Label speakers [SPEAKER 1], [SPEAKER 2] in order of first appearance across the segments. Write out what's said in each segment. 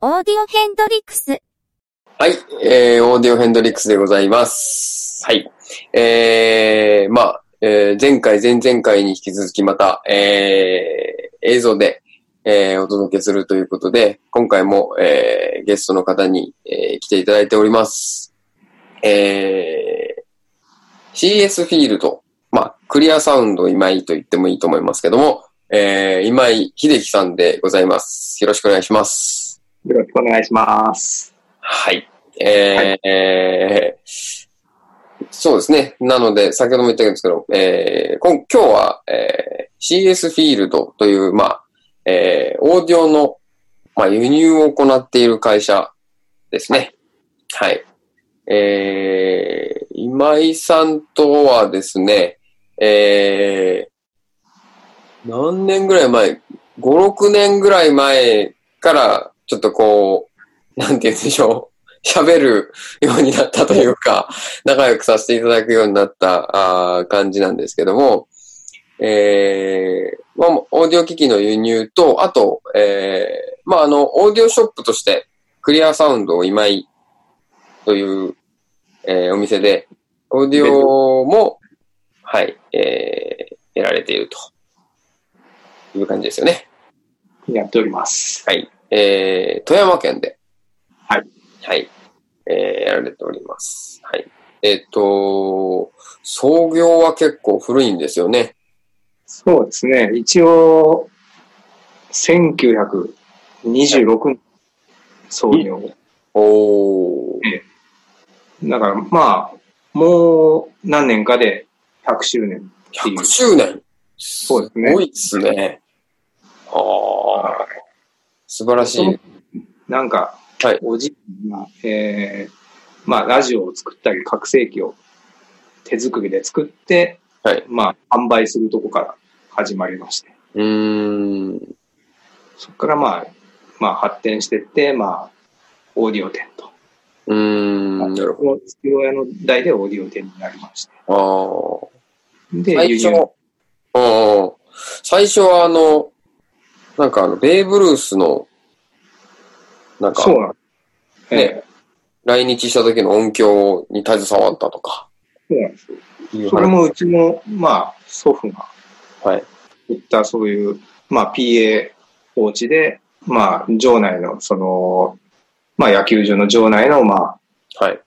[SPEAKER 1] オヘンドリックス。
[SPEAKER 2] はい、えー、オーディオヘンドリックスでございます。はい。えー、まあ、えー前回、前々回に引き続きまた、えー、映像で、えー、お届けするということで、今回も、えー、ゲストの方に、えー、来ていただいております。えー、CS フィールド、まあ、クリアサウンド今井と言ってもいいと思いますけども、えー、今井秀樹さんでございます。よろしくお願いします。
[SPEAKER 3] よろしくお願いします。
[SPEAKER 2] はい。えーえーそうですね。なので、先ほども言ったんですけど、えー、今今日は、えー CS フィールドという、まあ、えーオーディオの、まあ、輸入を行っている会社ですね。はい。えー、今井さんとはですね、えー、何年ぐらい前、5、6年ぐらい前から、ちょっとこう、なんて言うんで しょう、喋るようになったというか、 仲良くさせていただくようになったあー感じなんですけども、えーまあ、オーディオ機器の輸入と、あと、えーまあ、あの、オーディオショップとして、クリアサウンドを今井という、えーお店で、オーディオも、はい、えー、得られているという感じですよね。
[SPEAKER 3] やっております。
[SPEAKER 2] はい。えー、富山県で。
[SPEAKER 3] はい。
[SPEAKER 2] はい。えー、やられております。はい。えっ、と、創業は結構古いんですよね。
[SPEAKER 3] そうですね。一応、1926年創業。
[SPEAKER 2] おー。
[SPEAKER 3] だから、まあ、もう何年かで100周年っていう
[SPEAKER 2] 100。周年。
[SPEAKER 3] そうですね
[SPEAKER 2] すごいっすね。あー。素晴らしい。
[SPEAKER 3] なんか、
[SPEAKER 2] はい
[SPEAKER 3] おじいが、えーまあ、ラジオを作ったり、拡声器を手作りで作って、
[SPEAKER 2] はい
[SPEAKER 3] まあ、販売するとこから始まりまして。
[SPEAKER 2] うーん。
[SPEAKER 3] そこからまあ、まあ発展していって、まあ、オーディオ店と。
[SPEAKER 2] うーん。なるほ
[SPEAKER 3] この父親の代でオーディオ店になりました。
[SPEAKER 2] ど。あー。
[SPEAKER 3] で、
[SPEAKER 2] 最初
[SPEAKER 3] 輸入、
[SPEAKER 2] うんうん最初はあの、なんかあの、ベーブ・ルースの、なんか、
[SPEAKER 3] そうなんです。
[SPEAKER 2] ね
[SPEAKER 3] ええ
[SPEAKER 2] 来日した時の音響に携わったとか。
[SPEAKER 3] そうなんです。
[SPEAKER 2] いう話
[SPEAKER 3] それもうちの、まあ、祖父が
[SPEAKER 2] はい。
[SPEAKER 3] 言ったそういう、まあ、PA お家で、まあ、場内の、その、まあ、野球場の場内の、まあ、
[SPEAKER 2] はい。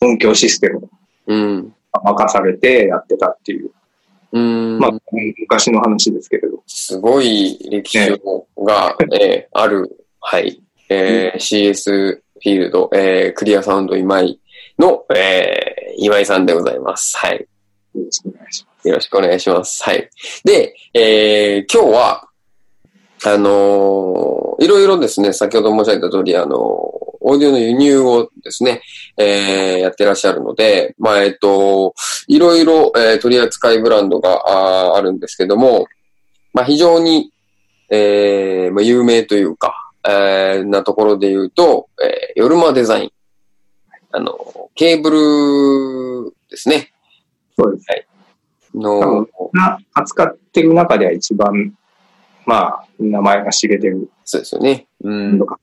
[SPEAKER 3] 音響システムを
[SPEAKER 2] うん。
[SPEAKER 3] 任されてやってたっていう、
[SPEAKER 2] うーん。
[SPEAKER 3] まあ、昔の話ですけれど。
[SPEAKER 2] すごい歴史が、えーある、はい。えー CS フィールド、えークリアサウンド今井の、えー今井さんでございます。はい。
[SPEAKER 3] よろしくお願いします。
[SPEAKER 2] よろしくお願いします。はい。で、えー、今日は、あのーいろいろですね、先ほど申し上げた通り、あのーオーディオの輸入をですね、えー、やってらっしゃるので、まあ、えっ、と、いろいろ、えー取り扱いブランドがあーあるんですけども、まあ、非常に、えー、まあ、有名というか、えー、なところで言うと、えー、夜間デザイン。あの、ケーブルですね。
[SPEAKER 3] そうです。
[SPEAKER 2] の、
[SPEAKER 3] な扱ってる中では一番、まあ、名前が知れてる
[SPEAKER 2] そうですよね。うん。い
[SPEAKER 3] のか。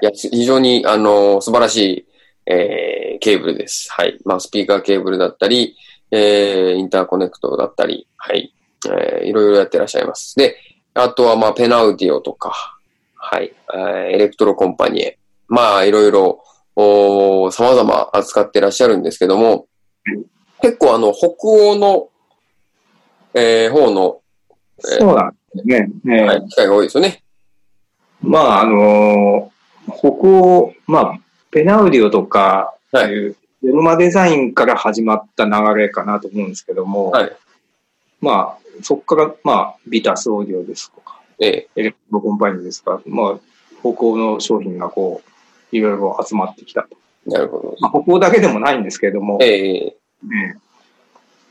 [SPEAKER 2] や、す非常に、あの、素晴らしい、えー、ケーブルです。はい。まあ、スピーカーケーブルだったり、えー、インターコネクトだったり、はい。えー、いろいろやってらっしゃいます。で、あとは、まあ、ペナウディオとか、はい。えーエレクトロコンパニエ。まあ、いろいろ、おー様々扱ってらっしゃるんですけども、結構、あの、北欧の、えー、方の、えー
[SPEAKER 3] そうなんですね。ええ
[SPEAKER 2] はい、機械が多いですよね。
[SPEAKER 3] まあ、あのー北欧、まあ、ペナウディオとか、
[SPEAKER 2] はい
[SPEAKER 3] いう、ヨルマデザインから始まった流れかなと思うんですけども、
[SPEAKER 2] はい
[SPEAKER 3] まあ、そこから、まあ、ビタスオーディオですとか、
[SPEAKER 2] ええ
[SPEAKER 3] エレクトロコンパニーですとか、まあ、北欧の商品がこう、いろいろ集まってきたと。
[SPEAKER 2] なるほど。
[SPEAKER 3] まあ、北欧だけでもないんですけれども、
[SPEAKER 2] ええ
[SPEAKER 3] ね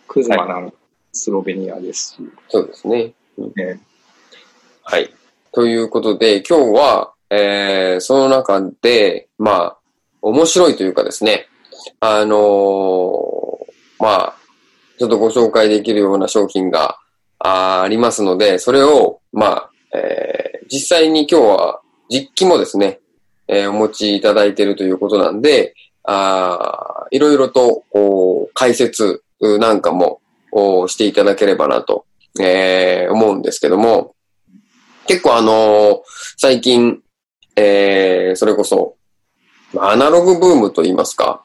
[SPEAKER 3] クズマなんかスロベニアですし、
[SPEAKER 2] そうですね。うん
[SPEAKER 3] ええ
[SPEAKER 2] はい。ということで、今日は、えー、その中で、まあ、面白いというかですね、あのーまあ、ちょっとご紹介できるような商品があーありますので、それを、まあ、えー実際に今日は実機もですね、えーお持ちいただいているということなんで、あーいろいろとこう解説うなんかもおしていただければなと、えー思うんですけども、結構あのー最近、えーそれこそ、まあアナログブームと言いますか、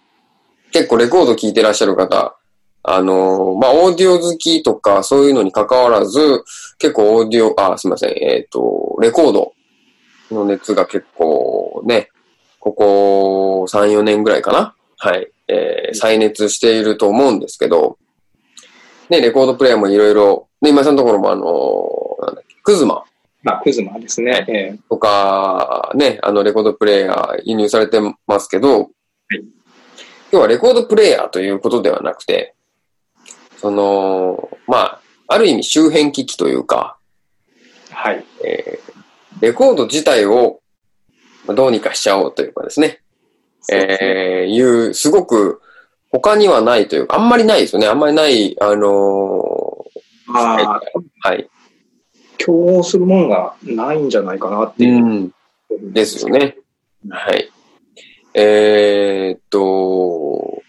[SPEAKER 2] 結構レコード聴いてらっしゃる方、あのーまあ、オーディオ好きとかそういうのに関わらず、結構オーディオ、あ、すいません、えっ、と、レコードの熱が結構ね、ここ3、4年ぐらいかなはい、えー再熱していると思うんですけど、ね、レコードプレイヤーもいろいろ、ね、今井さんのところもあのーなんだっけ、クズマ
[SPEAKER 3] まあ、クズマですね。ええ
[SPEAKER 2] とか、ね、あの、レコードプレイヤー輸入されてますけど、今日はレコードプレイヤーということではなくて、その、まあ、ある意味周辺機器というか、
[SPEAKER 3] はい。
[SPEAKER 2] えーレコード自体をまあどうにかしちゃおうというかですね、
[SPEAKER 3] そうですね
[SPEAKER 2] えーいう、すごく他にはないというか、あんまりないですよね、あんまりない、あのー
[SPEAKER 3] まあ、
[SPEAKER 2] はい。
[SPEAKER 3] 競合するもんがないんじゃないかなっていうう。
[SPEAKER 2] ん。ですよね。はい。えーっと、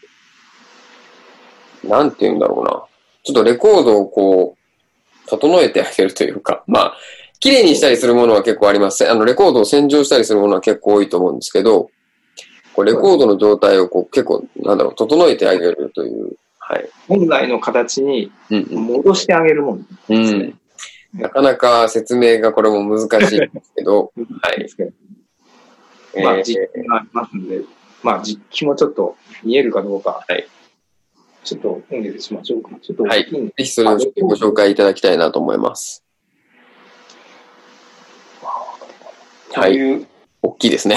[SPEAKER 2] なんて言うんだろうな。ちょっとレコードをこう、整えてあげるというか、 まあ、綺麗にしたりするものは結構あります。あの、レコードを洗浄したりするものは結構多いと思うんですけど、こうレコードの状態をこう結構、なんだろう、整えてあげるという、はい。
[SPEAKER 3] 本来の形に
[SPEAKER 2] うん
[SPEAKER 3] 戻してあげるもん
[SPEAKER 2] うん。う
[SPEAKER 3] ですね
[SPEAKER 2] ん。なかなか説明がこれも難しいんですけ ど、はい
[SPEAKER 3] ですけど、ま
[SPEAKER 2] え
[SPEAKER 3] あ、
[SPEAKER 2] ー
[SPEAKER 3] 実機がありますんで、まあ、実機もちょっと見えるかどうか、
[SPEAKER 2] はい
[SPEAKER 3] ちょっとお願いしましょうか。ちょっと
[SPEAKER 2] はい
[SPEAKER 3] 大きいんで、
[SPEAKER 2] ぜひそれをちょっとご紹介いただきたいなと思います。は
[SPEAKER 3] こう
[SPEAKER 2] い。
[SPEAKER 3] いう、
[SPEAKER 2] 大きいですね。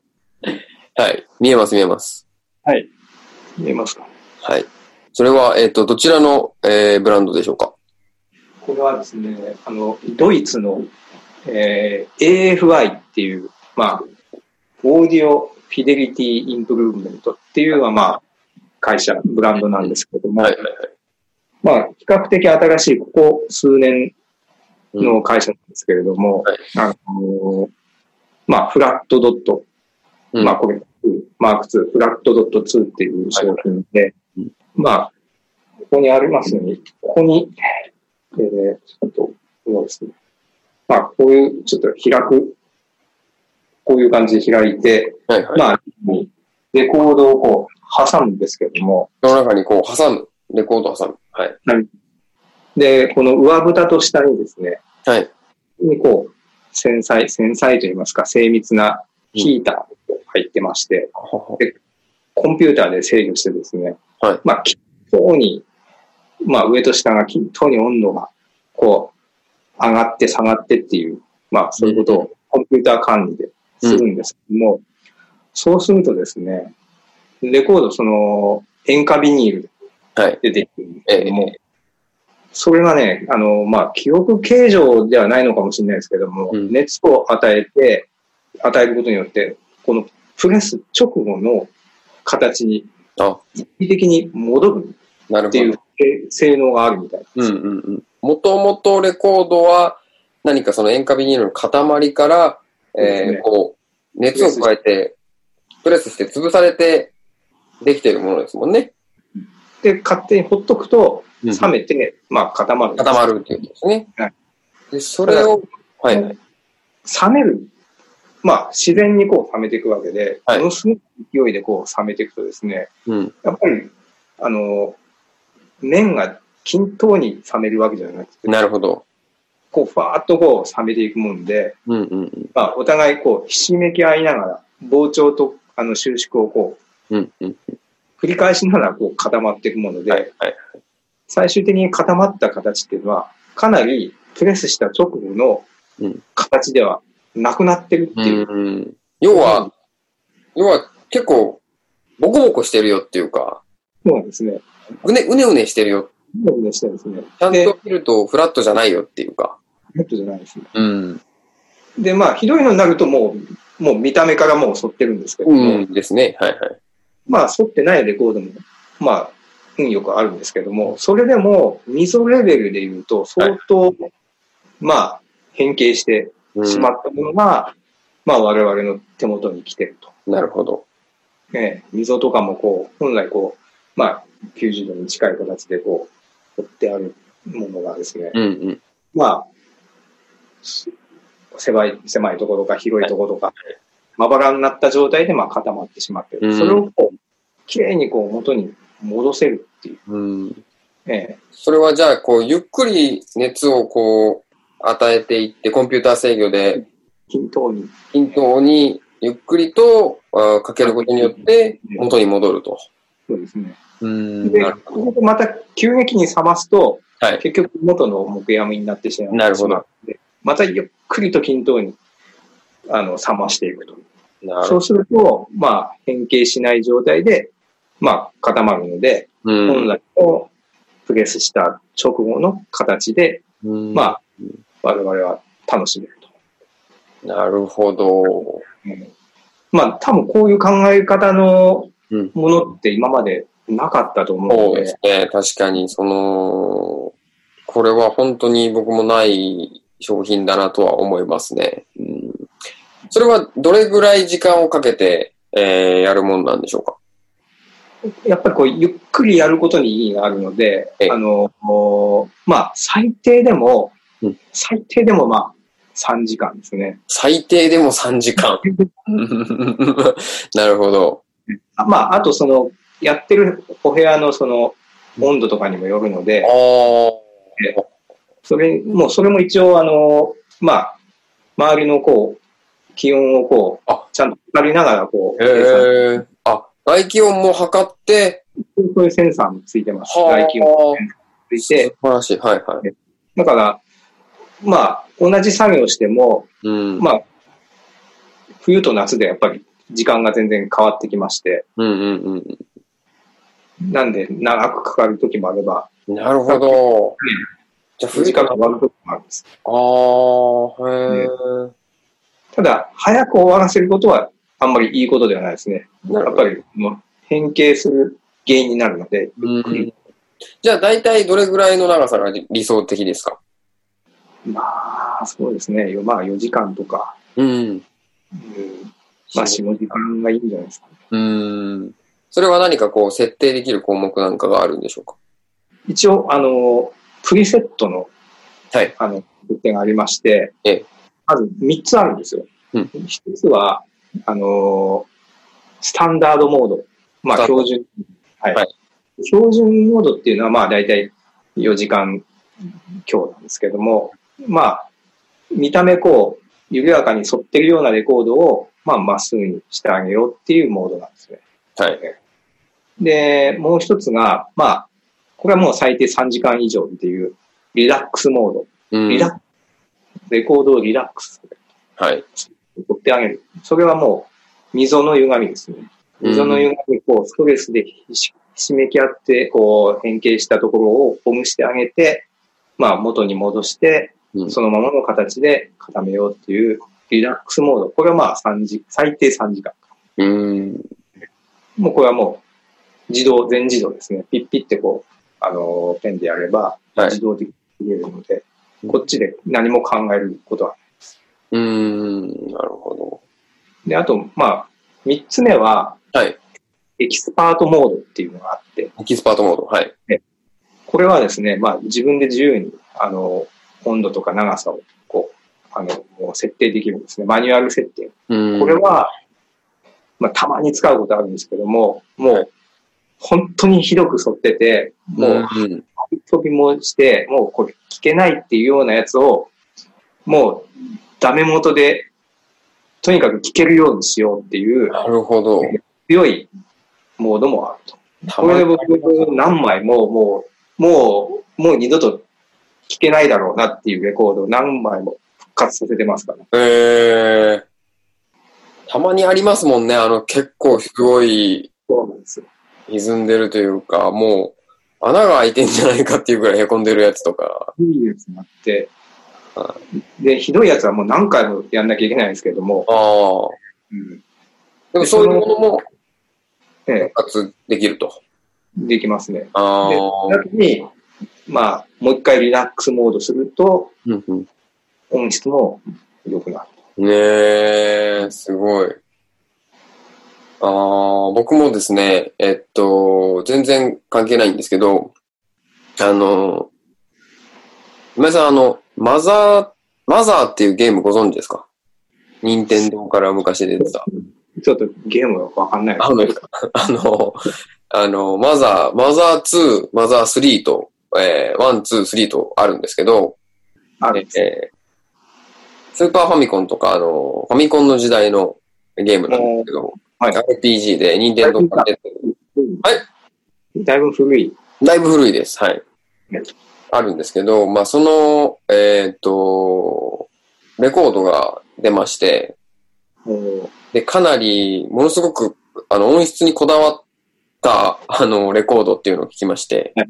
[SPEAKER 2] はい。見えます、見えます。
[SPEAKER 3] はい、見えますか。
[SPEAKER 2] はい。それは、えっ、と、どちらの、えーブランドでしょうか
[SPEAKER 3] これはですね、あの、ドイツの、えー AFI っていう、まあ、オーディオフィデリティインプルーブメントっていうのは、まあ、会社、ブランドなんですけども、
[SPEAKER 2] はいはいはい。
[SPEAKER 3] まあ、比較的新しい、ここ数年の会社なんですけれども、あのーまあ、フラットドット、
[SPEAKER 2] うん
[SPEAKER 3] まあ、これ、マーク2、フラットドット2っていう商品で、
[SPEAKER 2] うん
[SPEAKER 3] まあ、ここにありますように、ここに、えー、ちょっと、そうですね。まあ、こういう、ちょっと開く、こういう感じで開いて、
[SPEAKER 2] はいはい。
[SPEAKER 3] まあ、レコードをこう、挟むんですけども、
[SPEAKER 2] その中にこう、挟む。レコードを挟む。はい。
[SPEAKER 3] で、この上蓋と下にですね、
[SPEAKER 2] はい。
[SPEAKER 3] にこう、繊細、繊細といいますか、精密なヒーターが入ってまして、コンピューターで制御してですね、
[SPEAKER 2] はい
[SPEAKER 3] まあ、均等に、まあ、上と下が均等に温度が、こう、上がって下がってっていう、まあ、そういうことをコンピューター管理でするんですけども、そうするとですね、レコード、その、塩化ビニール
[SPEAKER 2] はい。
[SPEAKER 3] 出てくるんですけども、それがね、あの、まあ、記憶形状ではないのかもしれないですけども、
[SPEAKER 2] うん
[SPEAKER 3] 熱を与えて、与えることによって、このプレス直後の形に
[SPEAKER 2] あ、
[SPEAKER 3] 一時的に戻る
[SPEAKER 2] なる
[SPEAKER 3] ってい
[SPEAKER 2] ほ
[SPEAKER 3] う性能があるみたいな。
[SPEAKER 2] ど。うんうんうん。もともとレコードは、何かその塩化ビニールの塊から、
[SPEAKER 3] そうです
[SPEAKER 2] えー
[SPEAKER 3] ね
[SPEAKER 2] こう、熱を加えて、プレスして潰されて、できているものですもんね。
[SPEAKER 3] で、勝手にほっとくと、冷めて、まあ固まる。
[SPEAKER 2] 固まるっていうことですね。
[SPEAKER 3] はい
[SPEAKER 2] で、それを、はい、はい。
[SPEAKER 3] 冷める。まあ自然にこう冷めていくわけで、
[SPEAKER 2] はい
[SPEAKER 3] ものすごい勢いでこう冷めていくとですね、
[SPEAKER 2] うん。
[SPEAKER 3] やっぱり、あの、麺が均等に冷めるわけじゃなくて、
[SPEAKER 2] なるほど。
[SPEAKER 3] こう、ふわーっとこう、冷めていくもんで、
[SPEAKER 2] うんうん
[SPEAKER 3] まあ、お互いこう、ひしめき合いながら、膨張と、あの、収縮をこ
[SPEAKER 2] うん。うんうん。
[SPEAKER 3] う、繰り返しながら、こう、固まっていくもので、
[SPEAKER 2] はいはい。
[SPEAKER 3] 最終的に固まった形っていうのは、かなりプレスした直後の
[SPEAKER 2] うん
[SPEAKER 3] 形ではなくなってるって
[SPEAKER 2] うん
[SPEAKER 3] いう。
[SPEAKER 2] うん。要は、要は結構、ボコボコしてるよっていうか、
[SPEAKER 3] そうなんですね。
[SPEAKER 2] うね、うねうねしてるよ。
[SPEAKER 3] そうですね。そうですね
[SPEAKER 2] ちゃん
[SPEAKER 3] で
[SPEAKER 2] と見るとフラットじゃないよっていうか。
[SPEAKER 3] ネットじゃないですね。
[SPEAKER 2] うん。
[SPEAKER 3] で、まあ、ひどいのになるともう、もう見た目からもう反ってるんですけども、
[SPEAKER 2] うんですね。はいはい。
[SPEAKER 3] まあ、反ってないレコードも、まあ、運よくあるんですけども、それでも、溝レベルで言うと、相当、まあ、変形して
[SPEAKER 2] うん
[SPEAKER 3] しまったものが、まあ我々の手元に来てると。
[SPEAKER 2] なるほど。
[SPEAKER 3] ええ溝とかもこう、本来こう、まあ90度に近い形でこう、掘ってあるものがですね、
[SPEAKER 2] うんうん。
[SPEAKER 3] まあ、す狭い、狭いところか広いところか、まばらになった状態でまあ固まってしまってる。
[SPEAKER 2] うん
[SPEAKER 3] それをこう、きれいにこう元に戻せるっていう。
[SPEAKER 2] うん、
[SPEAKER 3] ええ
[SPEAKER 2] それはじゃあ、こう、ゆっくり熱をこう、与えていって、コンピューター制御で
[SPEAKER 3] 均等に。
[SPEAKER 2] 均等に、ゆっくりとあーかけることによって、元に戻ると。
[SPEAKER 3] そうですね。
[SPEAKER 2] うん
[SPEAKER 3] で、
[SPEAKER 2] なるほど。
[SPEAKER 3] ここまた急激に冷ますと、
[SPEAKER 2] はい。
[SPEAKER 3] 結局元の木やみになってしまう。
[SPEAKER 2] なるほど。
[SPEAKER 3] またゆっくりと均等に、あの、冷ましていくと。
[SPEAKER 2] なる
[SPEAKER 3] そ
[SPEAKER 2] ほ
[SPEAKER 3] うすると、まあ、変形しない状態で、まあ、固まるので、
[SPEAKER 2] ど。
[SPEAKER 3] 本来をプレスした直後の形で、
[SPEAKER 2] うん
[SPEAKER 3] まあ、我々は楽しめると。
[SPEAKER 2] なるほど。
[SPEAKER 3] うんまあ、多分こういう考え方の
[SPEAKER 2] うん
[SPEAKER 3] ものって今までなかったと思う
[SPEAKER 2] そう
[SPEAKER 3] の
[SPEAKER 2] で
[SPEAKER 3] で、
[SPEAKER 2] すね。確かに、その、これは本当に僕もない商品だなとは思いますね。うん、それはどれぐらい時間をかけて、えーやるもんなんでしょうか
[SPEAKER 3] やっぱりこう、ゆっくりやることに意義があるので
[SPEAKER 2] ええ、
[SPEAKER 3] あの、こうまあ、最低でも
[SPEAKER 2] うん、
[SPEAKER 3] 最低でもまあ、3時間ですね。
[SPEAKER 2] 最低でも3時間。 なるほど。
[SPEAKER 3] あまあ、あとその、やってるお部屋のその、温度とかにもよるので
[SPEAKER 2] あ、ー
[SPEAKER 3] それ、もうそれも一応あの、まあ、周りのこう、気温をこう
[SPEAKER 2] あ、
[SPEAKER 3] ちゃんと測りながらこう、
[SPEAKER 2] へ
[SPEAKER 3] 計算
[SPEAKER 2] ーあ、外気温も測って、
[SPEAKER 3] そういうセンサーもついてます。
[SPEAKER 2] はあ
[SPEAKER 3] 外気温もついて。
[SPEAKER 2] 素晴らしい。はいはい。
[SPEAKER 3] だから、まあ、同じ作業しても、
[SPEAKER 2] うん。
[SPEAKER 3] まあ、冬と夏でやっぱり時間が全然変わってきまして、
[SPEAKER 2] うんうんうん
[SPEAKER 3] なんで長くかかる時もあれば、
[SPEAKER 2] うん。なるほど。じゃあ、冬
[SPEAKER 3] 時間が終わる時もあるんです。
[SPEAKER 2] ああ、へえ。
[SPEAKER 3] ただ、早く終わらせることはあんまりいいことではないですね。
[SPEAKER 2] なる
[SPEAKER 3] や
[SPEAKER 2] ほ
[SPEAKER 3] っ
[SPEAKER 2] ど
[SPEAKER 3] ぱり、もう変形する原因になるので、
[SPEAKER 2] う
[SPEAKER 3] ゆっく
[SPEAKER 2] ん
[SPEAKER 3] り。
[SPEAKER 2] じゃあ、大体どれぐらいの長さが理想的ですか
[SPEAKER 3] まあ、そうですね。よまあ、4時間とか、
[SPEAKER 2] うん。
[SPEAKER 3] うん、まあ、4、5時間がいいんじゃないですか。
[SPEAKER 2] うん。それは何かこう、設定できる項目なんかがあるんでしょうか
[SPEAKER 3] 一応、あの、プリセットの、
[SPEAKER 2] はい
[SPEAKER 3] あの、物件がありまして、
[SPEAKER 2] ええ
[SPEAKER 3] まず3つあるんですよ。
[SPEAKER 2] うん
[SPEAKER 3] 一つは、あの、スタンダードモード。ま
[SPEAKER 2] スタ
[SPEAKER 3] あ、
[SPEAKER 2] ンダード
[SPEAKER 3] 標準。はい。
[SPEAKER 2] はい
[SPEAKER 3] 標準モードっていうのは、まあ、だいたい4時間強なんですけども、まあ、見た目こう、緩やかに沿ってるようなレコードを、まあ、まっすぐにしてあげようっていうモードなんですね。
[SPEAKER 2] はい。
[SPEAKER 3] で、もう一つが、まあ、これはもう最低3時間以上っていう、リラックスモード。
[SPEAKER 2] うん。
[SPEAKER 3] リラックス、レコードをリラックス
[SPEAKER 2] はい。
[SPEAKER 3] 取ってあげる。それはもう、溝の歪みですね。
[SPEAKER 2] うん
[SPEAKER 3] 溝の歪み、こう、ストレスでひしひしめき合って、こう、変形したところをほぐしてあげて、まあ、元に戻して、
[SPEAKER 2] うん
[SPEAKER 3] そのままの形で固めようっていう、リラックスモード。これはまあ、3時、最低3時間。
[SPEAKER 2] うん。
[SPEAKER 3] もうこれはもう、自動、全自動ですね。ピッピってこう、あのーペンでやれば、
[SPEAKER 2] はい
[SPEAKER 3] 自動的に入れるので、
[SPEAKER 2] うん
[SPEAKER 3] こっちで何も考えることは。
[SPEAKER 2] うん。なるほ
[SPEAKER 3] で、あと、まあ、三つ目は、
[SPEAKER 2] ど。はい。
[SPEAKER 3] エキスパートモードっていうのがあって、
[SPEAKER 2] エキスパートモード。はい。
[SPEAKER 3] これはですね、まあ、自分で自由に、あのー温度とか長さを、こう、あの、もう設定できるんですね。マニュアル設定。
[SPEAKER 2] うん。
[SPEAKER 3] これは、まあ、たまに使うことあるんですけども、も
[SPEAKER 2] は
[SPEAKER 3] う、本当にひどく沿ってて、もう、
[SPEAKER 2] うん、
[SPEAKER 3] 飛びもして、もうこれ聞けないっていうようなやつを、もうダメ元で、とにかく聞けるようにしようっていう
[SPEAKER 2] なるほど。
[SPEAKER 3] 強いモードもあると。
[SPEAKER 2] た
[SPEAKER 3] こ
[SPEAKER 2] ま
[SPEAKER 3] れで
[SPEAKER 2] に
[SPEAKER 3] 僕何枚ももう、もう、もう二度と聞けないだろうなっていうレコードを何枚も復活させてますから。
[SPEAKER 2] えーたまにありますもんね。あの、結構すごい
[SPEAKER 3] そうなんですよ。
[SPEAKER 2] 歪んでるというか、もう、穴が開いてんじゃないかっていうぐらい凹んでるやつとか。
[SPEAKER 3] いいやつもあって
[SPEAKER 2] は、
[SPEAKER 3] で、ひどいやつはもう何回もやんなきゃいけないんですけども
[SPEAKER 2] あ、あ。でもそういうものも
[SPEAKER 3] ええ
[SPEAKER 2] 復活できると。
[SPEAKER 3] できますね。
[SPEAKER 2] あ
[SPEAKER 3] で、
[SPEAKER 2] あ。
[SPEAKER 3] なのに、まあ、もう一回リラックスモードすると、
[SPEAKER 2] うんうん
[SPEAKER 3] 音質も良くなる。
[SPEAKER 2] ねえ、すごい。ああ、僕もですね、えっと、全然関係ないんですけど、あの、今井さん、あの、マザー、マザーっていうゲームご存知ですか任天堂から昔出てた。
[SPEAKER 3] ちょっとゲームわかんないです
[SPEAKER 2] あの、 あの、あの、マザー、マザー2、マザー3と、えー、1、2、3とあるんですけど、
[SPEAKER 3] あ
[SPEAKER 2] え
[SPEAKER 3] るんです
[SPEAKER 2] ースーパーファミコンとか、あの、ファミコンの時代のゲームなんですけど、
[SPEAKER 3] はい
[SPEAKER 2] RPG で、任天堂から出てる。
[SPEAKER 3] だいぶ古い。
[SPEAKER 2] だいぶ古いです。はい
[SPEAKER 3] ね。
[SPEAKER 2] あるんですけど、まあ、その、えっ、と、レコードが出まして、
[SPEAKER 3] も
[SPEAKER 2] で、かなり、ものすごく、あの、音質にこだわった、あの、レコードっていうのを聞きまして、
[SPEAKER 3] はい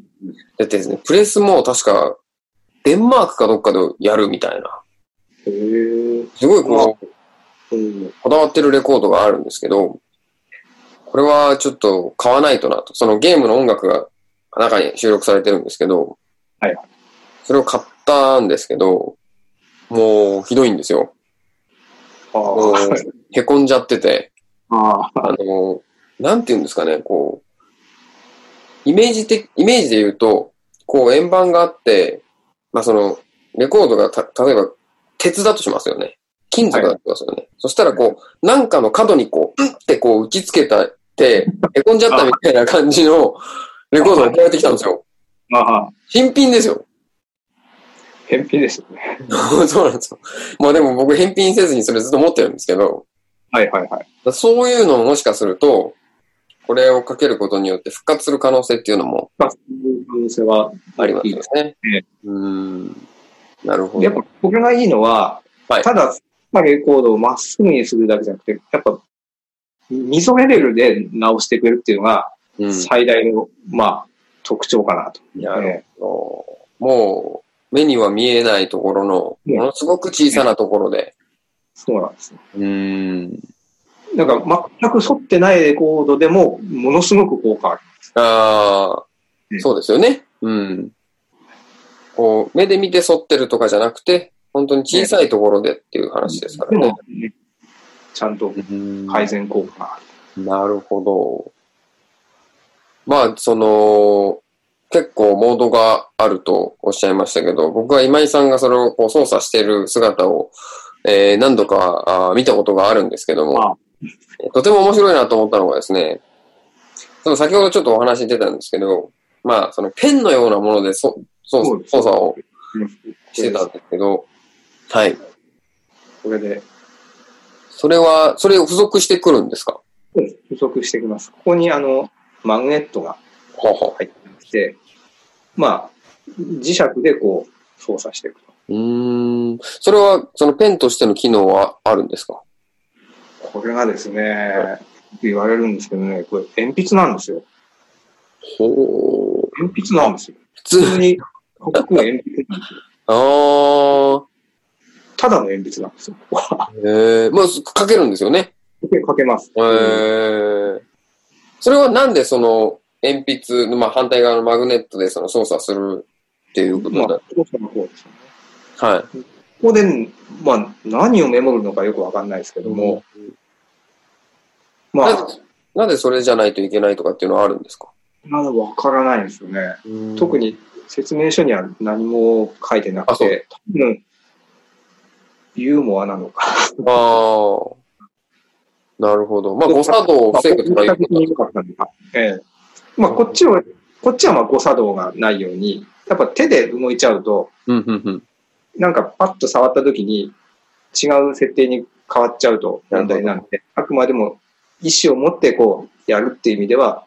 [SPEAKER 2] でですね、プレスも確か、デンマークかどっかでやるみたいな、
[SPEAKER 3] うへー
[SPEAKER 2] すごいこう、
[SPEAKER 3] うん
[SPEAKER 2] こだわってるレコードがあるんですけど、これはちょっと買わないとなと。そのゲームの音楽が中に収録されてるんですけど、
[SPEAKER 3] はい。
[SPEAKER 2] それを買ったんですけど、もうひどいんですよ。
[SPEAKER 3] あ
[SPEAKER 2] もう
[SPEAKER 3] ー
[SPEAKER 2] へこんじゃってて、
[SPEAKER 3] あー。
[SPEAKER 2] あの、なんて言うんですかね、こう、イメージ的、イメージで言うと、こう円盤があって、まあその、レコードがた、例えば鉄だとしますよね。金属だとしますよね。そしたらこう、なんかの角にこう、うんってこう打ち付けたって、へこんじゃったみたいな感じのレコードが送られてきたんですよ。
[SPEAKER 3] ああ。
[SPEAKER 2] 新品ですよ。
[SPEAKER 3] 返品ですね。
[SPEAKER 2] そうなんですよ。まあでも僕返品せずにそれずっと持ってるんですけど、
[SPEAKER 3] はいはいはい。
[SPEAKER 2] だからそういうのももしかすると、これをかけることによって復活する可能性っていうのも
[SPEAKER 3] まあ、そういう可能性は
[SPEAKER 2] ありますよ
[SPEAKER 3] で
[SPEAKER 2] ね
[SPEAKER 3] ええ。
[SPEAKER 2] うーん。なるほ
[SPEAKER 3] やっ
[SPEAKER 2] ど。
[SPEAKER 3] ぱ、僕がいいのは、
[SPEAKER 2] はい
[SPEAKER 3] ただ、まあレコードをまっすぐにするだけじゃなくて、やっぱ、溝レベルで直してくれるっていうのが、
[SPEAKER 2] うん、
[SPEAKER 3] 最大の、まあ、特徴かなと。
[SPEAKER 2] なる
[SPEAKER 3] え
[SPEAKER 2] ほど。もう、目には見えないところの、
[SPEAKER 3] ね
[SPEAKER 2] ものすごく小さなところで。
[SPEAKER 3] そうなんです。
[SPEAKER 2] うーん。
[SPEAKER 3] なんか、全く沿ってないレコードでも、ものすごく効果ある。
[SPEAKER 2] ああ
[SPEAKER 3] う、ん
[SPEAKER 2] そうですよね。うん。こう、目で見て沿ってるとかじゃなくて、本当に小さいところでっていう話ですから
[SPEAKER 3] で
[SPEAKER 2] ね
[SPEAKER 3] も。、ね、ちゃんと
[SPEAKER 2] うん
[SPEAKER 3] 改善効果がある。
[SPEAKER 2] なるほど。まあ、その、結構モードがあるとおっしゃいましたけど、僕は今井さんがそれをこう操作している姿を、えー何度かあー見たことがあるんですけども、
[SPEAKER 3] まあ
[SPEAKER 2] とても面白いなと思ったのがですね、その先ほどちょっとお話に出たんですけど、まあ、そのペンのようなものでそ操
[SPEAKER 3] そうです
[SPEAKER 2] 操作をし
[SPEAKER 3] こ
[SPEAKER 2] て
[SPEAKER 3] れで
[SPEAKER 2] たんですけど、はい。
[SPEAKER 3] これで、
[SPEAKER 2] それは、それを付属してくるんですか
[SPEAKER 3] 不足してきます。ここに、あの、マグネットが
[SPEAKER 2] ほうほ
[SPEAKER 3] 入ってきて、まあ、磁石でこう、操作していくと。
[SPEAKER 2] う。うーん。それは、そのペンとしての機能はあるんですか
[SPEAKER 3] これがですね、言われるんですけどね、これ、鉛筆なんですよ。
[SPEAKER 2] ほう。
[SPEAKER 3] 鉛筆なんですよ。
[SPEAKER 2] 普
[SPEAKER 3] 普通
[SPEAKER 2] 通に。
[SPEAKER 3] に、ここは鉛筆なんですよ。
[SPEAKER 2] あー。
[SPEAKER 3] ただの鉛筆なんですよ。ここは
[SPEAKER 2] えー、まあ、書けるんですよね。
[SPEAKER 3] かけます。
[SPEAKER 2] えー。それはなんでその、鉛筆の、まあ、反対側のマグネットでその操作するっていうことに
[SPEAKER 3] まあ
[SPEAKER 2] なる。、
[SPEAKER 3] 操作の方ですよね。
[SPEAKER 2] はい。
[SPEAKER 3] ここで、まあ、何をメモるのかよくわかんないですけども、ま
[SPEAKER 2] な
[SPEAKER 3] あ
[SPEAKER 2] ん、で、なんでそれじゃないといけないとかっていうのはあるんですか
[SPEAKER 3] まだわからないんですよね。特
[SPEAKER 2] に。
[SPEAKER 3] に説明書には何も書いてな
[SPEAKER 2] あ
[SPEAKER 3] く
[SPEAKER 2] そ
[SPEAKER 3] て、多分、ユーモアなのか。
[SPEAKER 2] ああ。なるほど。まあ、誤作動を防ぐとかいうこ
[SPEAKER 3] 的
[SPEAKER 2] と
[SPEAKER 3] に良かったのか。ええ。まあ、こっちを、こっちはまあ誤作動がないように、やっぱ手で動いちゃうと、
[SPEAKER 2] うん、うん、うん。
[SPEAKER 3] なんかパッと触った時に違う設定に変わっちゃうと問題なんで、あくまでも意思を持ってこうやるっていう意味では、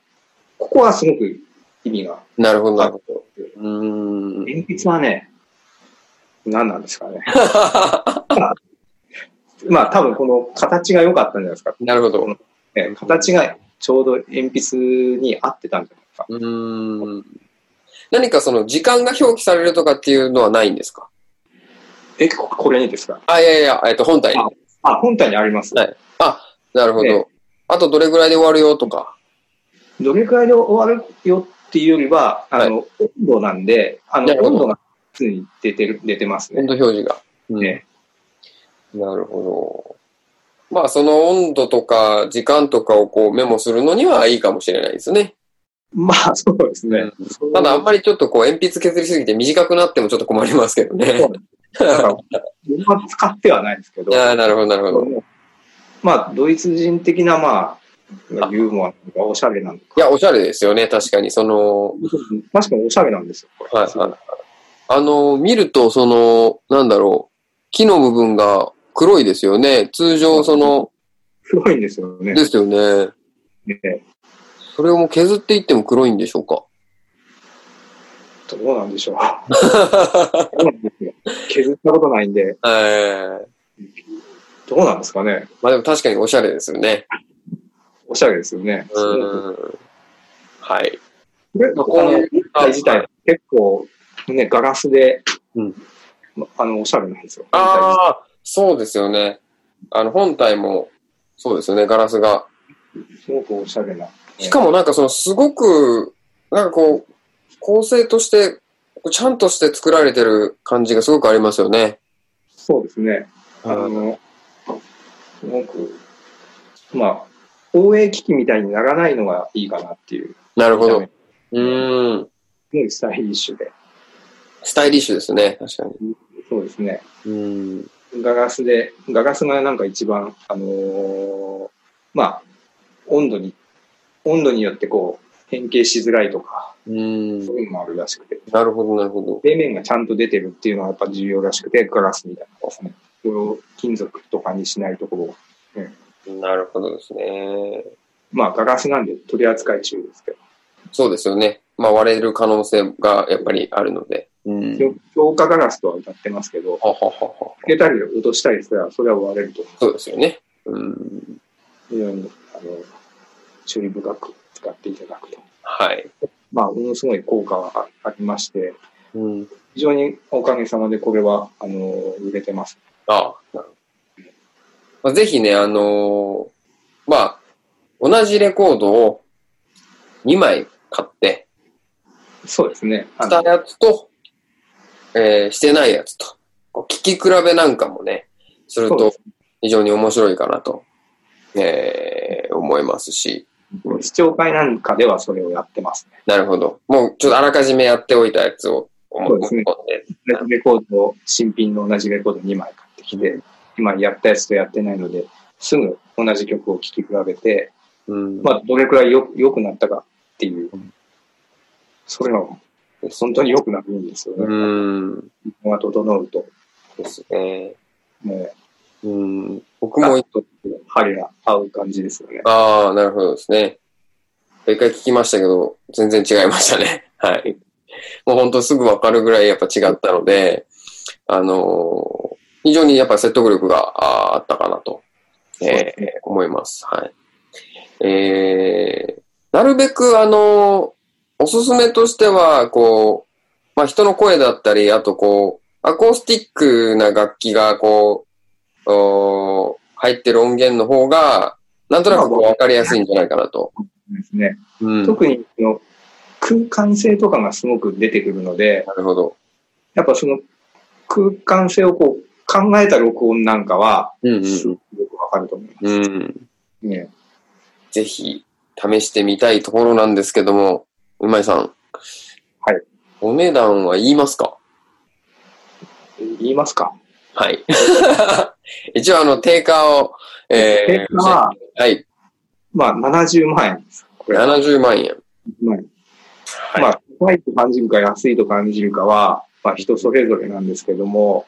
[SPEAKER 3] ここはすごく意味が。
[SPEAKER 2] なるほど、なるほど。うーん。
[SPEAKER 3] 鉛筆はね、何なんですか ね。まあ多分この形が良かったんじゃないですか。
[SPEAKER 2] なるほど。
[SPEAKER 3] えー形がちょうど鉛筆に合ってたんじゃないですか。
[SPEAKER 2] うーん。何かその時間が表記されるとかっていうのはないんですか
[SPEAKER 3] え、ここれにですか
[SPEAKER 2] あ、いやいや、えっと、本体に。
[SPEAKER 3] あ、本体にあります。
[SPEAKER 2] はいなるほ
[SPEAKER 3] ええ
[SPEAKER 2] ど。あとどれぐらいで終わるよとか。
[SPEAKER 3] どれくらいで終わるよっていうよりは、あの、温度なんで、あの
[SPEAKER 2] な、るほど
[SPEAKER 3] 温度が常に出てる、出てますね
[SPEAKER 2] 温。度表示が。うん
[SPEAKER 3] ええ
[SPEAKER 2] なるほど。まあ、その温度とか時間とかをこうメモするのにはいいかもしれないですね。
[SPEAKER 3] まあ、そうですね。
[SPEAKER 2] ただ、あんまりちょっとこう、鉛筆削りすぎて短くなってもちょっと困りますけどね。
[SPEAKER 3] だから、僕は使ってはないですけど、
[SPEAKER 2] ああ、なるほど、なるほど。
[SPEAKER 3] まあ、ドイツ人的な、まあ、ユーモアとかおしゃれなんで、
[SPEAKER 2] いや、おしゃれですよね、確かに。その、
[SPEAKER 3] 確かにおしゃれなんですよ、これ。
[SPEAKER 2] はいはいはい。あの、見ると、その、なんだろう、木の部分が黒いですよね。通常、その、
[SPEAKER 3] 黒いんですよね。
[SPEAKER 2] ですよね。
[SPEAKER 3] ね
[SPEAKER 2] それをもう削っていっても黒いんでしょうか。
[SPEAKER 3] どうなんでしょう。 どうなんですよ削ったことないんで、
[SPEAKER 2] ええ
[SPEAKER 3] どうなんですかね。
[SPEAKER 2] まあでも確かにおしゃれですよね。
[SPEAKER 3] おしゃれですよね。
[SPEAKER 2] うん。はい。
[SPEAKER 3] で、こ
[SPEAKER 2] こう
[SPEAKER 3] の一体自体、結構、ね、ガラスで、
[SPEAKER 2] うん
[SPEAKER 3] まあの、おしゃれなんですよ。
[SPEAKER 2] ああ、そうですよね。あの、本体も、そうですよね、ガラスが。
[SPEAKER 3] すごくおしゃれな。
[SPEAKER 2] しかもなんかそのすごく、なんかこう、構成として、ちゃんとして作られてる感じがすごくありますよね。
[SPEAKER 3] そうですね。あの、すごく、まあ、応援機器みたいにならないのがいいかなっていう。
[SPEAKER 2] なるほど。
[SPEAKER 3] 見
[SPEAKER 2] うーん。
[SPEAKER 3] た目のスタイリッシュで。
[SPEAKER 2] スタイリッシュですね、確かに。
[SPEAKER 3] そうですね。
[SPEAKER 2] うん。
[SPEAKER 3] ガラスで、ガラスがなんか一番、あのーまあ、温度に、温度によってこう、変形しづらいとか、
[SPEAKER 2] うん。
[SPEAKER 3] そういうのもあるらしくて、
[SPEAKER 2] なるほど、なるほど。
[SPEAKER 3] 平面がちゃんと出てるっていうのはやっぱ重要らしくて、ガラスみたいなですね。それを金属とかにしないところを
[SPEAKER 2] なるほどですね。
[SPEAKER 3] まあ、ガラスなんで取り扱い中ですけど。
[SPEAKER 2] そうですよね。まあ割れる可能性がやっぱりあるので。うん。
[SPEAKER 3] 強強化ガラスとは歌ってますけど、
[SPEAKER 2] はははは。
[SPEAKER 3] つけたり落としたりしたら、それは割れると思
[SPEAKER 2] そうですよね。うん。
[SPEAKER 3] う。非常に、あの、注意深く使っていただくと。
[SPEAKER 2] はい。
[SPEAKER 3] まあ、ものすごい効果はあありまして、
[SPEAKER 2] うん。
[SPEAKER 3] 非常におかげさまでこれは、あの、売れてます。
[SPEAKER 2] ああ、なるほど。まあ、ぜひね、あのーまあ、同じレコードを2枚買って、
[SPEAKER 3] そうですね。あ
[SPEAKER 2] し
[SPEAKER 3] の
[SPEAKER 2] たやつと、えーしてないやつと、こう聞き比べなんかもね、する
[SPEAKER 3] そうで
[SPEAKER 2] と非常に面白いかなと、えー思いますし、
[SPEAKER 3] 視聴会なんかではそれをやってますね。
[SPEAKER 2] なるほど。もうちょっとあらかじめやっておいたやつを思い
[SPEAKER 3] そうです
[SPEAKER 2] 込ん
[SPEAKER 3] ね
[SPEAKER 2] で、
[SPEAKER 3] レレコードを、新品の同じレコード2枚買ってきて、今やったやつとやってないので、すぐ同じ曲を聴き比べて、
[SPEAKER 2] うん
[SPEAKER 3] まあ、どれくらいよ良くなったかっていう
[SPEAKER 2] うん、
[SPEAKER 3] それが本当に良くなるんですよ
[SPEAKER 2] う
[SPEAKER 3] ね。
[SPEAKER 2] ん、
[SPEAKER 3] が整うと、
[SPEAKER 2] ですね。
[SPEAKER 3] ね、
[SPEAKER 2] うん、僕も、
[SPEAKER 3] と針が合う感じですよね。
[SPEAKER 2] ああ、なるほどですね。一回聞きましたけど、全然違いましたね。 はい。もう本当すぐわかるぐらいやっぱ違ったので、あのー非常にやっぱ説得力があーあったかなと、
[SPEAKER 3] そう
[SPEAKER 2] え
[SPEAKER 3] で
[SPEAKER 2] ー思います。はい。えー、なるべくあのーおすすめとしては、こう、まあ、人の声だったり、あとこう、アコースティックな楽器がこう、おー入ってる音源の方が、なんとなくこうわかりやすいんじゃないかなと。
[SPEAKER 3] ですね
[SPEAKER 2] うん。な
[SPEAKER 3] 特にその空間性とかがすごく出てくるので、
[SPEAKER 2] るほど。
[SPEAKER 3] やっぱその空間性をこう考えた録音なんかは、
[SPEAKER 2] うんうん
[SPEAKER 3] すごくわかると思いま
[SPEAKER 2] うん。うん。
[SPEAKER 3] すね。
[SPEAKER 2] ぜひ試してみたいところなんですけども、うまいさん。
[SPEAKER 3] はい。
[SPEAKER 2] お値段は言いますか
[SPEAKER 3] 言いますか
[SPEAKER 2] はい。 一応あの、定価を、えー、
[SPEAKER 3] 定価は、
[SPEAKER 2] はい、
[SPEAKER 3] まあ、70万円です。これ、
[SPEAKER 2] 70万円。
[SPEAKER 3] まあ
[SPEAKER 2] はい。
[SPEAKER 3] まあ、高いと感じるか安いと感じるかは、まあ、人それぞれなんですけども、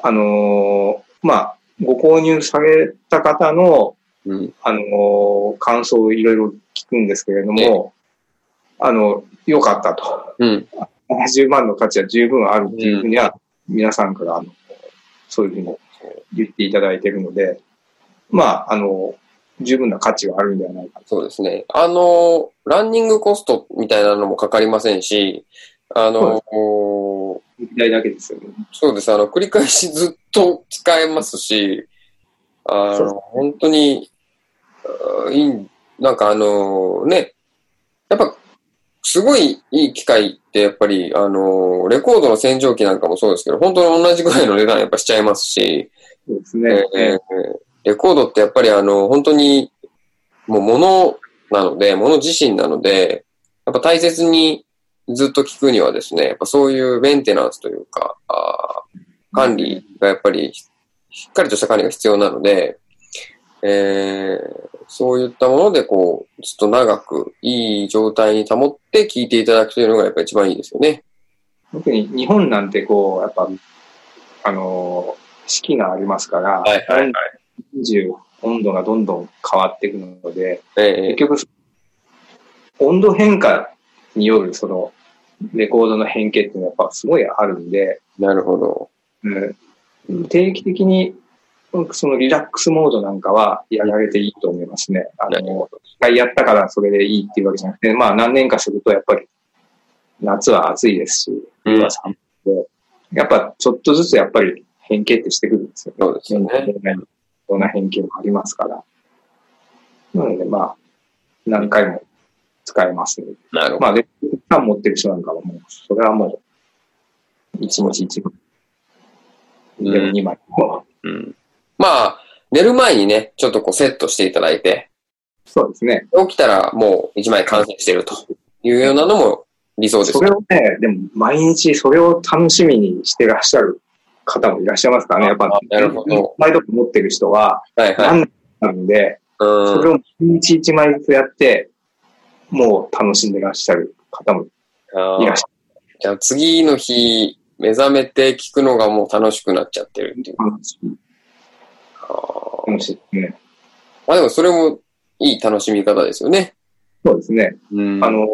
[SPEAKER 3] あのーまあ、ご購入された方の、
[SPEAKER 2] うん。
[SPEAKER 3] あのー感想をいろいろ聞くんですけれど
[SPEAKER 2] え
[SPEAKER 3] も、あの、良かったと。
[SPEAKER 2] うん。
[SPEAKER 3] 70万の価値は十分あるっていうふうには、皆さんから、あの、そういうふうに言っていただいているので、まあ、あの、十分な価値はあるんではないか
[SPEAKER 2] そうですね。あの、ランニングコストみたいなのもかかりませんし、あの、
[SPEAKER 3] と。期待だけですよね。
[SPEAKER 2] そうです。あの、繰り返しずっと使えますし、あ
[SPEAKER 3] そ
[SPEAKER 2] の、
[SPEAKER 3] うです
[SPEAKER 2] 本当に、あーいい、なんかあのね、やっぱ、すごいいい機械って、やっぱり、あのレコードの洗浄機なんかもそうですけど、本当に同じぐらいの値段やっぱしちゃいますし、
[SPEAKER 3] そうですね。
[SPEAKER 2] えーレコードってやっぱりあの、本当に、もう物なので、物自身なので、やっぱ大切にずっと聞くにはですね、やっぱそういうメンテナンスというか、あー管理がやっぱり、しっかりとした管理が必要なので、えーそういったものでこう、ずっと長くいい状態に保って聞いていただくというのがやっぱ一番いいですよね。
[SPEAKER 3] 特に日本なんてこう、やっぱ、あのー、四季がありますから、
[SPEAKER 2] はいはいはい
[SPEAKER 3] 温度温度がどんどん変わっていくので、
[SPEAKER 2] え
[SPEAKER 3] 結局、温度変化によるその、レコードの変形っていうのはやっぱすごいあるんで、
[SPEAKER 2] ーなるほど。
[SPEAKER 3] うん、定期的に、そのリラックスモードなんかはやられていいと思いますね。あ
[SPEAKER 2] なる
[SPEAKER 3] の、一回やったからそれでいいっていうわけじゃなくて、まあ何年かするとやっぱり夏は暑いですし、冬は寒くて、やっぱちょっとずつやっぱり変形ってしてくるんですよね。
[SPEAKER 2] そうですよね。
[SPEAKER 3] どんな変形もありますから。なのでまあ、何回も使えますね。
[SPEAKER 2] なるほど。
[SPEAKER 3] まあ、レッドカン持ってる人なんかはもう、それはもう、一日一枚、
[SPEAKER 2] うん
[SPEAKER 3] でも二枚も。
[SPEAKER 2] うんまあ、寝る前にね、ちょっとこうセットしていただいて、
[SPEAKER 3] そうですね。
[SPEAKER 2] 起きたらもう一枚完成してるというようなのも理想です
[SPEAKER 3] そ。れをね、でも毎日それを楽しみにしてらっしゃる方もいらっしゃいますからね。やっぱ、
[SPEAKER 2] なるほど。
[SPEAKER 3] 毎度持ってる人は、
[SPEAKER 2] はいはい。
[SPEAKER 3] 何年なんで、
[SPEAKER 2] う
[SPEAKER 3] そ
[SPEAKER 2] ん
[SPEAKER 3] れを毎日一枚ずつやって、もう楽しんでらっしゃる方も
[SPEAKER 2] あ
[SPEAKER 3] い
[SPEAKER 2] ー
[SPEAKER 3] らっしゃ
[SPEAKER 2] じゃあ次の日、目覚めて聞くのがもう楽しくなっちゃってるっていう。
[SPEAKER 3] る楽しい。
[SPEAKER 2] あー
[SPEAKER 3] 楽しいですね。
[SPEAKER 2] まあでもそれもいい楽しみ方ですよね。
[SPEAKER 3] そうですね。
[SPEAKER 2] うん
[SPEAKER 3] あの、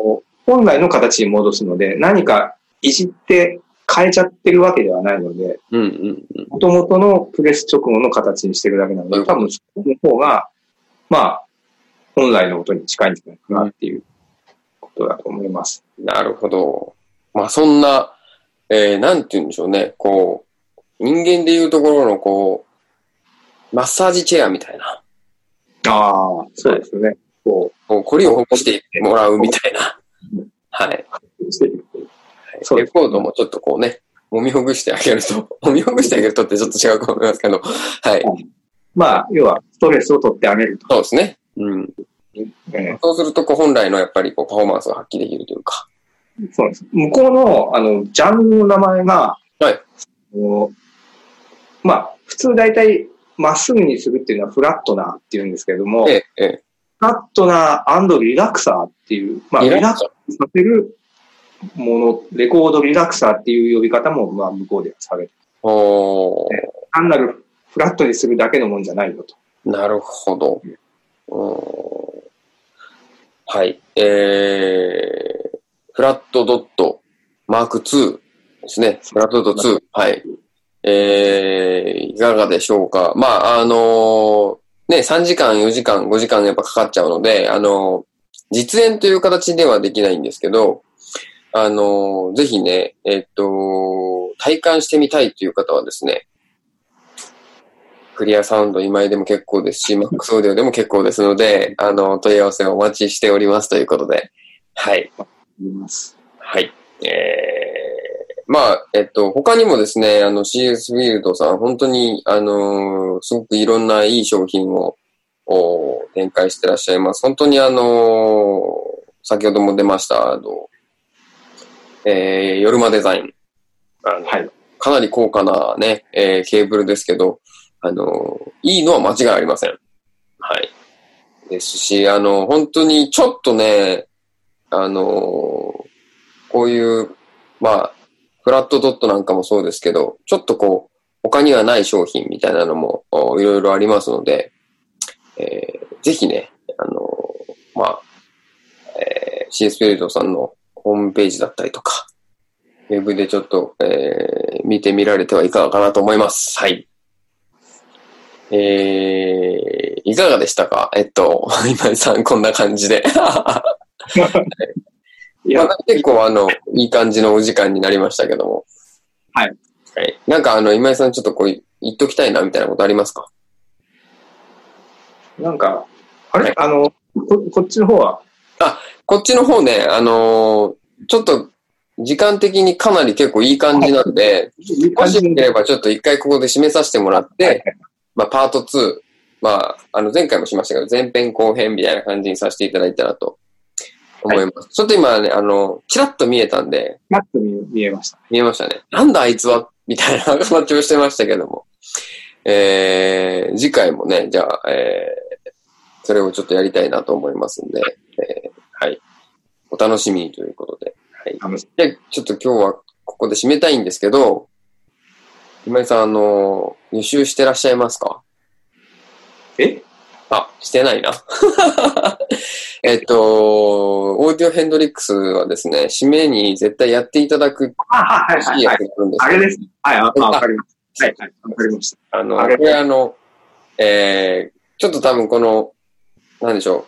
[SPEAKER 3] 本来の形に戻すので、何かいじって変えちゃってるわけではないので、
[SPEAKER 2] うんうんうん。
[SPEAKER 3] 元々のプレス直後の形にしてるだけなの
[SPEAKER 2] なる
[SPEAKER 3] で、
[SPEAKER 2] ほ
[SPEAKER 3] 多
[SPEAKER 2] ど
[SPEAKER 3] 分そこの方が、まあ、本来の音に近いんじゃないかなっていうことだと思います。
[SPEAKER 2] なるほど。まあそんな、えー、なんて言うんでしょうね。こう、人間でいうところのこう、マッサージチェアみたいな。
[SPEAKER 3] ああ、そうですね。こ
[SPEAKER 2] もう、こりをほぐしてもらうみたいな
[SPEAKER 3] うん。
[SPEAKER 2] はい。
[SPEAKER 3] う、してるそう
[SPEAKER 2] レコードもちょっとこうね、揉みほぐしてあげると、 揉みほぐしてあげるとってちょっと違うかも思いますけど、はい。
[SPEAKER 3] まあ、要は、ストレスを取ってあげると。
[SPEAKER 2] そうですね。うん。
[SPEAKER 3] え
[SPEAKER 2] そうすると、こう、本来のやっぱりこう、パフォーマンスを発揮できるというか。
[SPEAKER 3] ーそうです。向こうの、あの、ジャンルの名前が、
[SPEAKER 2] はい
[SPEAKER 3] あのまあ、普通大体、まっすぐにするっていうのはフラットなっていうんですけれども、
[SPEAKER 2] ええ、ええ。
[SPEAKER 3] フラットなリラクサーっていう、まあ、リ
[SPEAKER 2] リラ
[SPEAKER 3] ラ
[SPEAKER 2] クサー
[SPEAKER 3] ックスさせるもの、レコードリラクサーっていう呼び方も、まあ、向こうではされる。
[SPEAKER 2] おー
[SPEAKER 3] 単なるフラットにするだけのもんじゃないよと。
[SPEAKER 2] なるほど。うん。はい。えー、フラットドットマーク2ですね。フラットドット2。はい。えー、いかがでしょうか。まあ、あのーね、3時間、4時間、5時間やっぱかかっちゃうので、あのー実演という形ではできないんですけど、あのーぜひね、えっと、体感してみたいという方はですね、クリアサウンド今井でも結構ですし、マックスオーディオでも結構ですので、あの、問い合わせをお待ちしておりますということで。はい。
[SPEAKER 3] 言います。
[SPEAKER 2] はい。えー、まあ、えっと、他にもですね、あの、CS フィールドさん、本当に、あのーすごくいろんないい商品を、お展開してらっしゃいます。本当にあのー先ほども出ました、あの、えー、夜間デザイン。
[SPEAKER 3] はい。
[SPEAKER 2] かなり高価なね、えーケーブルですけど、あのー、いいのは間違いありません。はい。ですし、あの、本当にちょっとね、あのー、こういう、まあ、フラットドットなんかもそうですけど、ちょっとこう、他にはない商品みたいなのもおいろいろありますので、えーぜひね、あのーまあ、えー、CS フィールドさんのホームページだったりとか、ウェブでちょっと、えー見てみられてはいかがかなと思います。はい。えー、いかがでしたかえっと、 今井さんこんな感じで。
[SPEAKER 3] い
[SPEAKER 2] ま
[SPEAKER 3] や、
[SPEAKER 2] あ、結構あの、いい感じのお時間になりましたけども。
[SPEAKER 3] はい。
[SPEAKER 2] はい。なんかあの、今井さんちょっとこう、言っときたいなみたいなことありますか
[SPEAKER 3] なんか、あ
[SPEAKER 2] は
[SPEAKER 3] れ
[SPEAKER 2] い
[SPEAKER 3] あのこ、こっちの方は、
[SPEAKER 2] こっちの方ね、あのーちょっと時間的にかなり結構いい感じなんで、もしよければちょっと一回ここで締めさせてもらって、
[SPEAKER 3] はい
[SPEAKER 2] まあ、パート2、まあ、あの、前回もしましたけど、前編後編みたいな感じにさせていただいたらと思います。ちょっと今ね、あの、キラッと見えたんで、
[SPEAKER 3] パッと見見えました。
[SPEAKER 2] 見えましたね。なんだあいつはみたいな話をしてましたけども。えー、次回もね、じゃあ、えー、それをちょっとやりたいなと思いますんで、えーはい。お楽しみにということで。はい。
[SPEAKER 3] あの
[SPEAKER 2] じゃあちょっと今日はここで締めたいんですけど、今井さん、あの、予習してらっしゃいますか
[SPEAKER 3] え
[SPEAKER 2] あ、してない な。えっと、オーディオヘンドリックスはですね、締めに絶対やっていただく
[SPEAKER 3] あ、はい
[SPEAKER 2] いいやつがあるんです
[SPEAKER 3] あ
[SPEAKER 2] け
[SPEAKER 3] れ
[SPEAKER 2] ど
[SPEAKER 3] です。はい、ああわかりました。はい、はい、わかりました。
[SPEAKER 2] あの、
[SPEAKER 3] あれ
[SPEAKER 2] これあの、えー、ちょっと多分この、なんでしょ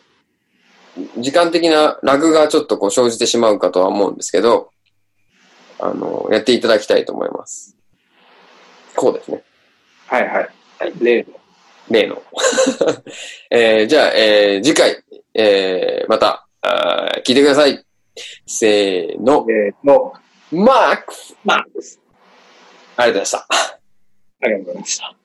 [SPEAKER 2] う、時間的なラグがちょっとこう生じてしまうかとは思うんですけど、あの、やっていただきたいと思います。こうですね。
[SPEAKER 3] はい、はい。例の
[SPEAKER 2] 例の。 えーじゃあ、えー次回、えーまた、あー聞いてください。せーの、
[SPEAKER 3] 例の、
[SPEAKER 2] マーク
[SPEAKER 3] まあ、あり
[SPEAKER 2] ありがとう
[SPEAKER 3] がと
[SPEAKER 2] ございました。
[SPEAKER 3] うございました。